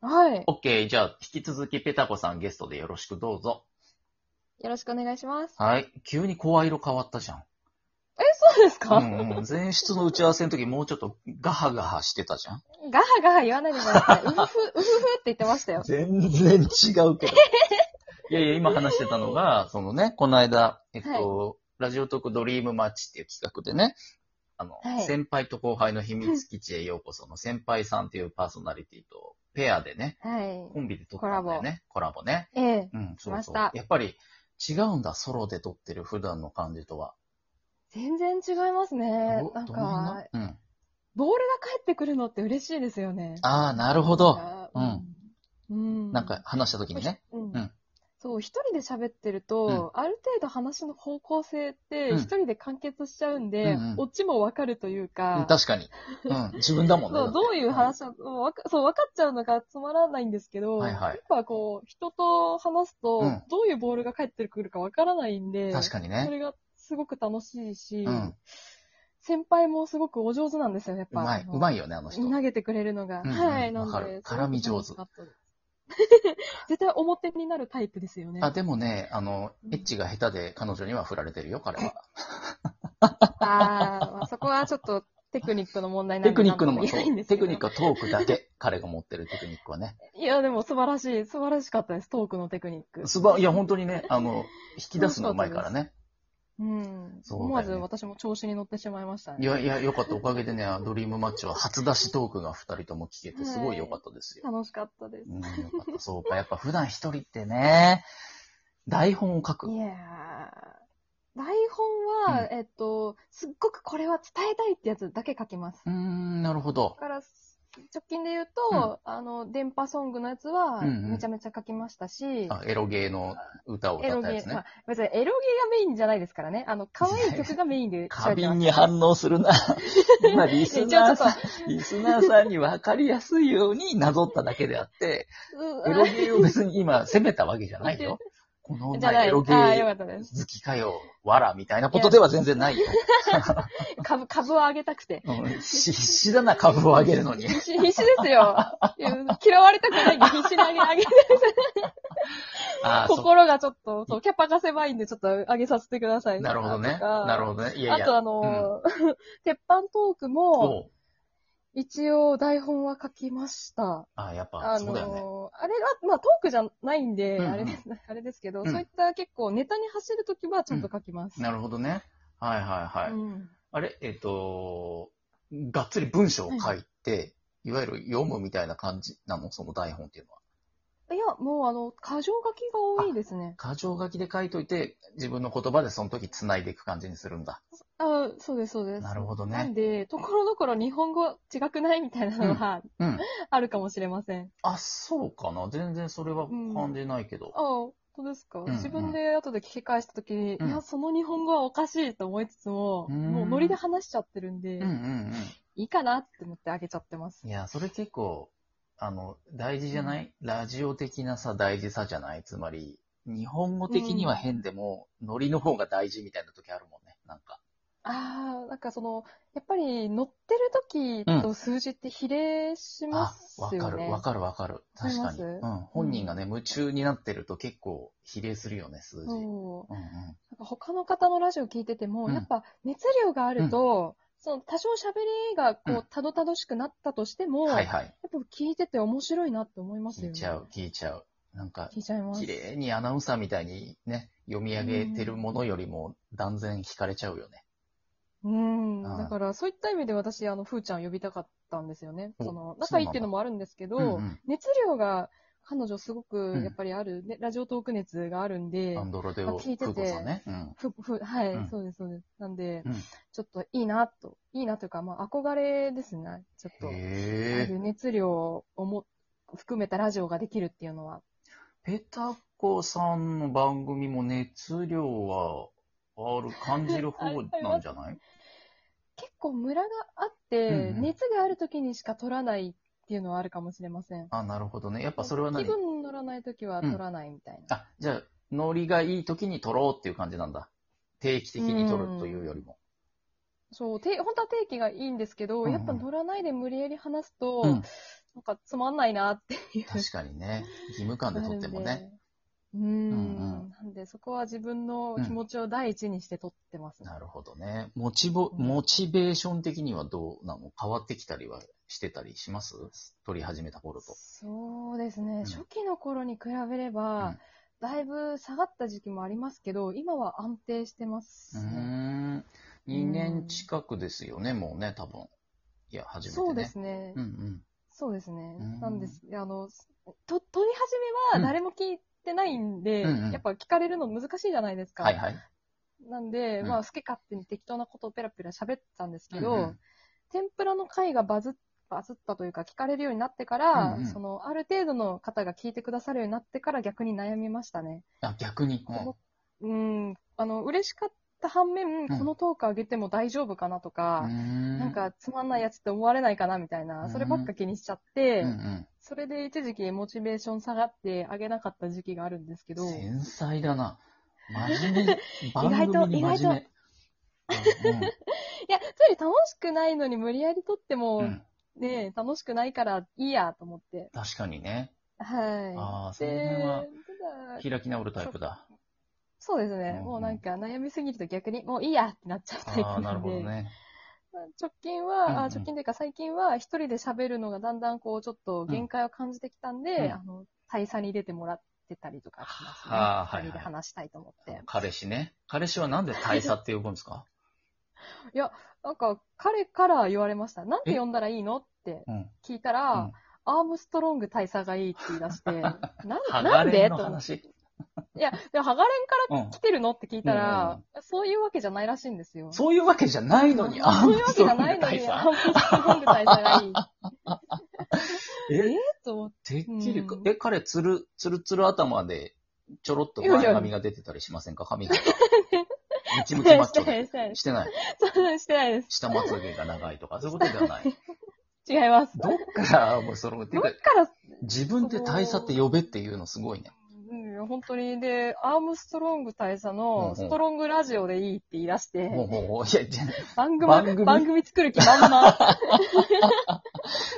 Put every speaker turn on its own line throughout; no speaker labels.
はい。
OK、じゃあ、引き続きペタコさんゲストでよろしくどうぞ。
よろしくお願いします。
はい。急に声色変わったじゃん。
え、そうですか、
うんうん、前室の打ち合わせの時もうちょっとガハガハしてたじゃん。
ガハガハ言わないでくだ さい。うふふ、うふふって言ってましたよ。
全然違うけど。 いやいや、今話してたのが、そのね、この間、えっと、ラジオトークドリームマッチっていう企画でね、あの、
はい
先輩と後輩の秘密基地へようこその先輩さんっていうパーソナリティとペアでね、
はい。
コンビで撮ったんだよね。コラボね。
ええ、
うん、そ
ま
う
し
そう。
た
やっぱり違うんだ、ソロで撮ってる普段の感じとは。
全然違いますね
ど。
なん
どの辺な
か、
うん。
ボールが返ってくるのって嬉しいですよね。
ああ、なるほど。
なんか。うん。
なんか話した時にね。
うん
うん
そう、一人で喋ってると、ある程度話の方向性って、
うん
一人で完結しちゃうんで、
うんうん
オチもわかるという
うん
か、
確かに。うん、自分だもんね。
そう、どういう話を、もうわかそう、分かっちゃうのがつまらないんですけど、
はいはい
やっぱこう、人と話すと、
うん
どういうボールが返ってくるか分からないんで、
確かに
そ
ね。
れがすごく楽しいし、
うん。
先輩もすごくお上手なんですよ、やっ
う
ぱ。
まい。うまいよね、あの人。
投げてくれるのが。
うんうん
はい、な
わ
ん
かる
で。
絡み上手
すごく楽しかったです絶対表になるタイプですよね。
あ、でもね、あの、エッチが下手で彼女には振られてるよ、彼は。
あー、まあ、そこはちょっとテクニックの問題なん
テ
で
クニックの
なん
も、
とも
そ
言えないん
う。
ですけ
テ
ど
クニックはトーク だけ、彼が持ってるテクニックはね。
いや、でも素晴らしい、素晴らしかったです、トークのテクニック。
すば、いや、本当にね、あの、引き出すのうまいからね。
うん。
そうだよね
思わず私も調子に乗ってしまいました
い
ね。
やいや、よかった。おかげでね、あドリームマッチは初出しトークが二人とも聞けて、すごいよかったですよ。
楽しかったです。
うん、よかった。そうか。やっぱ普段一人ってね、台本を書く
い。やー。台本は、
う
えっと、すっごくこれは伝えたいってやつだけ書きます。
うーん、なるほど
だ。から、直近で言うと、あの、電波ソングのやつは、
うんうん
めちゃめちゃ書きましたし、
あエロゲーの歌を
エ
歌
ロ
っ
ゲ
たやつ
ー、
ね。
まあ、別にエロゲーがメインじゃないですからね。あの、可愛い曲がメインで喋
過
ってま
敏
す。
に反応するな。今、リスナーさん、リスナーさんに分かりやすいようになぞっただけであって、エロゲーを別に今責めたわけじゃないよ。この
じゃ
女
ない。
エ
あ
ロゲ
あ、よ
ー
かったです。
好きかよ、わら、みたいなことでは全然ないよ。
株、株を上げたくて。
うん必死だな、株を上げ るのに。
必死必死ですよ。いや嫌われたくないんで必死に上げ、上げて、
ああ、そ
心がちょっと、そう、キャパが狭いんでちょっと上げさせてください。
う。なるほどね。
とか
なるほどね。いやい
あ
や。
とあのー鉄板トークも、
おう
一応台本は書きました。
あ、やっぱ、
あ
そうだよね。
のーあれは、まあトークじゃないんで、
うんうん
あれです、 あれですけど、
うん
そういった結構ネタに走るときはちゃんと書きます。
なるほどね。はいはいはい。
うん
あれ、えっ、と、がっつり文章を書いて、いわゆる読むみたいな感じなの、その台本っていうのは。
いや、もうあの、過剰書きが多いですね。
箇条書きで書いといて、自分の言葉でその時繋いでいく感じにするんだ。
あそうです、そうです。
なるほど
なん
ね。
で、ところどころ日本語違くないみたいなのは、
うん。
あるかもしれません。
あ、そうかな。全然それは感じないけど。
ああ、本当ですか、
うん
自分で後で聞き返したときに、
うん
いや、その日本語はおかしいと思いつつも、
うん
もうノリで話しちゃってるんで、
うんうん
いいかなって思ってあげちゃってます
うん。い。や、それ結構、あの、大事じゃない、ラジオ的なさ、大事さじゃないつまり、日本語的には変でも、ノリの方が大事みたいな時あるもんね。なんか。
ああ、なんかその、やっぱり乗ってる時と数字って比例しま
あ、
すよ
わ
ね。
かる、わかる、わかる。
わか
確
り
か
ま
に。
す
うん。本人がね、夢中になってると結構比例するよね、数字。うんう
そ
ん。
う。なんか他の方のラジオ聞いてても、
うん
やっぱ熱量があると、その多少喋りが
うん
こう、たどたどしくなったとしても、
はい
やっ
はい。
ぱ聞いてて面白いなって思います
聞
よ
い
ね。
ちゃう、聞いちゃう。なんか、
聞いちゃいます。
綺麗にアナウンサーみたいにね、読み上げてるものよりも断然惹かれちゃうよね。
うん。
あー
だから、そういった意味で私、あの、ふーちゃんを呼びたかったんですよね。
お
その、
そうなんだ
仲いいっていうのもあるんですけど、
うんうん
熱量が、彼女すご
う
く
ん、
やっぱりある、ねラジオトーク熱があるんで、
アンドロデ
あ
オ・
聞いてて
クコさんね。うん。
ふ、ふ、はい、
うん
そうです、そうです。なんで、
うん
ちょっといいな、と、いいなというか、まあ、憧れですね。ちょっと、ああい
へえ。
う熱量をも、含めたラジオができるっていうのは。
ペタコさんの番組も熱量は、ある、感じる方なんじゃない
結構ムラがあって、
うんうん
熱がある時にしか取らないっていうのはあるかもしれません。
あ、なるほどね。やっぱそれは
気
何
分乗らない時は取らないみたいな。
あ、じゃあ、ノリがいい時に撮ろうっていう感じなんだ。定期的に撮るというよりも。
そう、て本当は定期がいいんですけど、
うんうん
やっぱ乗らないで無理やり話すと、
うん
なんかつまんないなっていう。
確かにね。義務感で撮ってもね。
うーん
うんうん
なんで、そこは自分の気持ちを第一にして撮ってますね。
なるほどね。モチボ、モチベーション的にはどうなの変わってきたりはしてたりします撮り始めた頃と。
そうですね、
ん
初期の頃に比べれば、
うん
だいぶ下がった時期もありますけど、今は安定してます
うー
ね。
ん。2年近くですよね、もうね、多分。いや、初めてね。
そうですね。
うんうん。
そうですね
うん。
なんです。あの、と、撮り始めは誰も聞いてないんで、
うんうん
やっぱ聞かれるの難しいじゃないですか。
はいはい。
なんで、
うん
まあ、好き勝手に適当なことをペラペラ喋ってたんですけど、
うんうん
天ぷらの回がバズっバズったというか、聞かれるようになってから、
うんうん
その、ある程度の方が聞いてくださるようになってから逆に悩みましたね。
あ、逆に。うん
このうん、あの、嬉しかった反面、
ん
このトーク上げても大丈夫かなとか、
な
なん、かつまんないやつって思われないかなみたいな、そればっか気にしちゃって、
うんうん、
それで一時期モチベーション下がって上げなかった時期があるんですけど、
繊細だな。真面 目。番
外と
組に真面目。うん
いや、つい楽しくないのに無理やり撮っても、
うんうん、
ね、楽しくないからいいやと思って。
確かにね。
はい。
ああ、その辺
で、
は
ただ
開き直るタイプだ。
そうですね、
うん
もうなんか悩みすぎると逆に、もういいやってなっちゃうタイプな
ああ、
んで。
なるほどね。
まあ直近
うんうん
は、あ直近というか最近は一人で喋るのがだんだんこうちょっと限界を感じてきたんで、
うん
あの、大佐に出てもらってたりとかしますね。
はあはいはい
二人で話したいと思って。
彼氏ね。彼氏はなんで大佐って呼ぶんですか
なんか彼から言われました。なんて呼んだらいいのって
うん。
聞いたら、
うん
アームストロング大佐がいいって言い出 して、な
は
な
が
ん
れ
で
ん
と
の
思って。
話。
いや、でも、ハガレンか
うん
ら来。てるのって聞いたら
うん、
そういうわけじゃないらしいんですよ。
そういうわけじゃないのに、アー
そういう
ム
わ
ス
けじ
トロ
ゃ
ング
ないの
大
に、ア
佐。
ームストロング大佐がいい。 え
え
と思って。
てっきりか
う、ん
え、彼、つる、つるつる頭で、ちょろっと前髪が出てたりしませんか髪が。 ムチムチマッチョで。
してない、して
してない。
ない。してないです。
下まつげが長いとか、そういうことで はない。
違います。
どっから、もうその、て
どっ
いうか、
から、
自分で大佐って呼べっていうのすごいね。
うん、本当に、で、アームストロング大佐
うんうん
の、ストロングラジオでいいって言い出して、
ほうほうほう。いや、じゃ
番組、
番
番
組
組作る気満 々。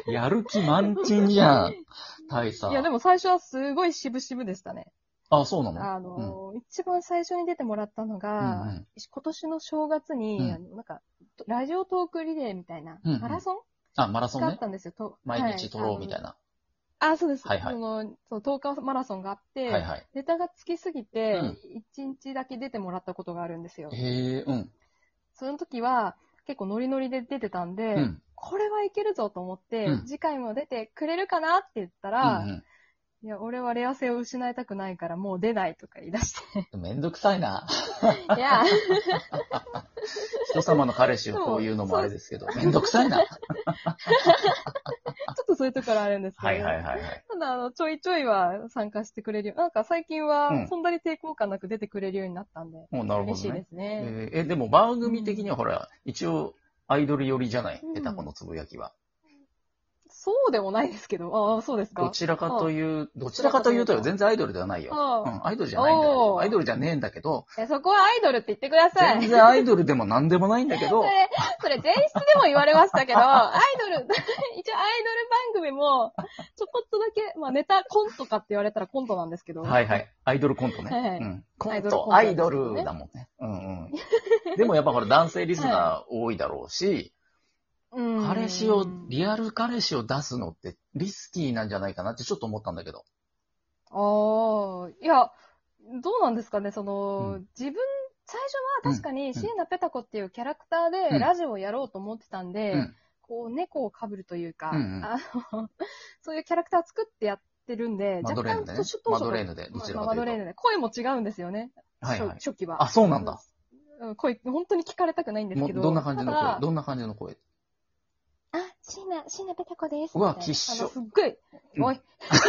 やる気満点じゃん。大佐。
いや、でも最初はすごい渋々でしたね。
あ、そうなの
あの、一番最初に出てもらったのが、
うんうん
今年の正月に、
うん
あのなんか、ラジオトークリレーみたいな、
うんうん
マラソン
あ、マラソン
があ
ね
っ。たんですよ。と
毎日撮ろうみたい
な。
な。
あのあ、そうです。
はいはい
その、その10日マラソンがあって、
はいはい。
ネタがつきすぎて、
うん
1日だけ出てもらったことがあるんですよ。
へえ、うん。
その時は、結構ノリノリで出てたんで、
うん。
これはいけるぞと思って、
うん
次回も出てくれるかなって言った
う
ら、
ん
いや、俺はレア性を失いたくないからもう出ないとか言い出して。
うん。めんどくさいな。
いや、
人様の彼氏をこういうのもあれですけど、めんどくさ いな。
ちょっとそういうところあるんですけど。
はいはいはいはい。
ただ、あの、ちょいちょいは参加してくれるよ。なんか最近
うん
は、そんなに抵抗感なく出てくれるようになったんで、
もうなるほ
嬉しい
ど
で
ね。
すね。
えーえ、でも番組的にはほら、一応、アイドル寄りじゃない
うん
ペタコのつぶやきは。
そうでもないですけど、ああ、そうです
ど
か。
ちらかという、どちらかというとよ、全然アイドルではないよ。
あ
う
あ
ん、アイドルじゃないんだけ
お
ど、
ー
アイドルじゃねえんだけど、
えそこはアイドルって言ってください。
全然アイドルでも何でもないんだけ ど
そ、れ、それ前室でも言われましたけど、アイドル、一応 アイドル番組も、ちょこっとだけ、まあネタコントかって言われたらコントなんですけど、
はいはい。アイドルコントね。
はいはい
うん、コント、ア
ア
イ
イ
ド
ドルコント
ルだもんね。うんうん。でもやっぱほら男性リスナー多いだろうし、
うん
彼氏を、リアル彼氏を出すのってリスキーなんじゃないかなってちょっと思ったんだけど。
ああ、いや、どうなんですかね、その、
うん
自分、最初は確か
ん
に、椎名ペタ子っていうキャラクター
うん
でラジオをやろうと思ってたんで、
うん
こう、猫をかぶるというか、
うんうん
あの、 そういうキャラクターを作ってやってるんで、
マド
若
レー
干
ヌで
当
ね
初。当
マ
初
ド
の
レーヌで、どちら
まあマ
かとい
ド
う
レー
と。
ヌで、声も違うんですよね、
はいはい。
初初期は。
あ、そうなんだ。
うん声、本当に聞かれたくないんです
もう
けど。
どんな感じの
ただ
声どんな感じの声
あ、椎名、椎名ペタ子です。
うわ
みたいな
きっし
あ
ょ
のすっごい。
うん
おい。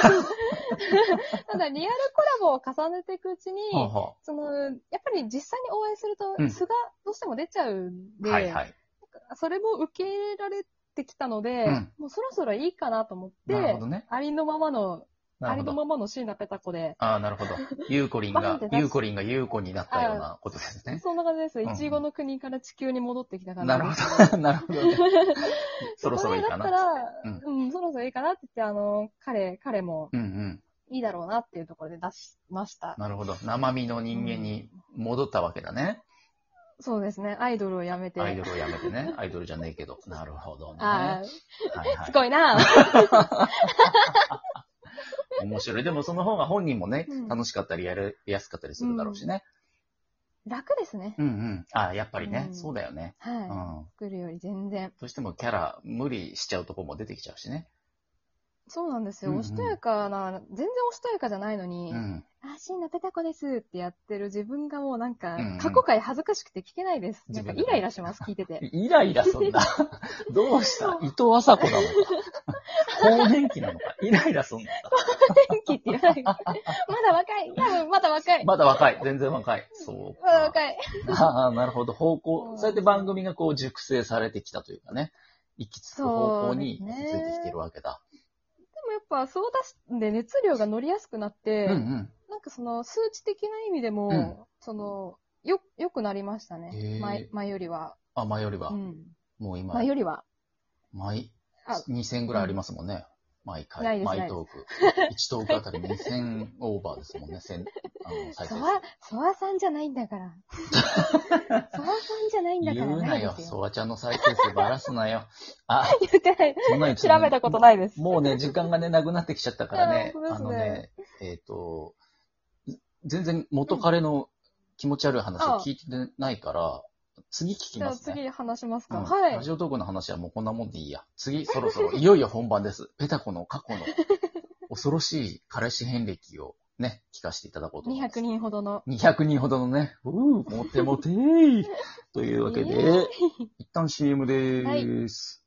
ただ、リアルコラボを重ねていくうちに、
はあは
その、やっぱり実際にお会いする
うん
と、素がどうしても出ちゃうん
あ
で、
はいはい。
それも受け入れられてきたので、
うん
もうそろそろいいかなと思っ
なる
て
ほど、ね。
ありのままのあ
な
り
るほ
のま
ど。
まの椎名ペタコで。
ああ、なるほど。ゆうこりん
バンっ
が
て、出し
ゆうこりんがゆうこになったようなことですね。
そんな感じです。
うん
いちごの国から地球に戻ってきた感じ。
なるほ ど。なるほどね。そろそろいいか
これだ
な。
ったら、うん、そろそろいいかなって言って、あの、彼、彼も
うんうん。
いいだろうなっていうところで出しました。
なるほど。生身の人間に戻ったわけだね。
そうですね。アイドルを辞めて。
アイドルをやめてね。アイドルじゃね えけど。なるほどね。
あ
は
あ、
いは
す
い。
ごいな。
面白い。でもその方が本人もね
うん、
楽しかったりやる、やすかったりするだろうしね。
楽ですね。
うんうん。ああ、やっぱりね。
うん
そうだよね。うん。
は
ど
い。作るより全然。
うしてもキャラ無理しちゃうとこも出てきちゃうしね。
そうなんですよ。
うんうん
おしとやかな、全然おしとやかじゃないのに、
うん。
あ、椎名ペタコですってやってる自分がもうなんか
うんうん、
過去回恥ずかしくて聞けないです。なんか
自分
イ
で
ライラします、聞いて て。
イライラ そんな。どうした伊藤麻子なのか。更年期なのか。イライラそんな。
天気って言わない。まだ若い。多分まだ若い。
まだ若い。全然若い。そう
まだ
か。
若い。
ああ、なるほど。方向
う、ん
そうやって番組がこう熟成されてきたというかね。行き着く方向に
そう
行
で
き
す
着
ね
いてきてるわけだ。
でもやっぱ、そう出しで熱量が乗りやすくなって、
うん
なんかその数値的な意味でも、
うん
その、よ、良くなりました
へ
ね
ー。
前、前よりは。
うん。あ、前よりは。
うん。
もう今、
前よりは。
毎
あ、
2000ぐらいありますもんね。毎回。
ないです
毎
ない
トーク。1トークあたり2000オーバーですもんね。1000、あの、再
ソ
生
ワ、ソワさんじゃないんだ から。ソワさんじゃないんだから
言うないよ
で。す
ソワちゃんの再生数ばらすなよ。あ、
言ってない。
そんなに
調べたことないです。
もうね、時間がね、なくなってきちゃったから ね
いや、本
あ
当
の
です
ね、えっ、と、全然元彼の気持ち悪い話を聞いてないから、次聞き
じゃ
ま
あ
すね。
次話しますか。
うん
はい
ラ。ジオトークの話はもうこんなもんでいいや。次、そろそろ、いよいよ本番です。 ペタコの過去の恐ろしい彼氏遍歴をね、聞かせていただこうと思います。
200人ほどの。
200人ほどのね、 うー、モテモテーというわけで、一旦 CM でーす。